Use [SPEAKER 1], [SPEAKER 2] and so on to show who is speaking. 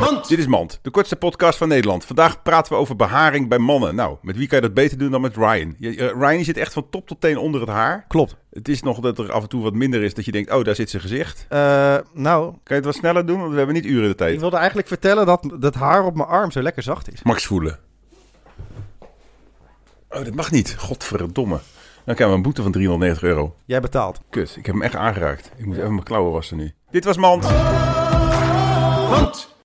[SPEAKER 1] Mand!
[SPEAKER 2] Dit is Mand, de kortste podcast van Nederland. Vandaag praten we over beharing bij mannen. Nou, met wie kan je dat beter doen dan met Ryan? Je- eh, Ryan die zit echt van top tot teen onder het haar.
[SPEAKER 1] Klopt.
[SPEAKER 2] Het is nog dat er af en toe wat minder is dat je denkt, oh, daar zit zijn gezicht.
[SPEAKER 1] Eh, nou,
[SPEAKER 2] Kan je het wat sneller doen? Want we hebben niet uren de
[SPEAKER 1] ik
[SPEAKER 2] tijd.
[SPEAKER 1] wilde eigenlijk vertellen dat dat haar op mijn arm zo lekker zacht is.
[SPEAKER 2] Max voelen. Oh, dat mag niet. Godverdomme. Dan krijgen we een boete van 390 euro.
[SPEAKER 1] Jij betaalt.
[SPEAKER 2] Kut, ik heb hem echt aangeraakt. Ik moet even mijn klauwen wassen nu. Dit was Mand.
[SPEAKER 1] Mand!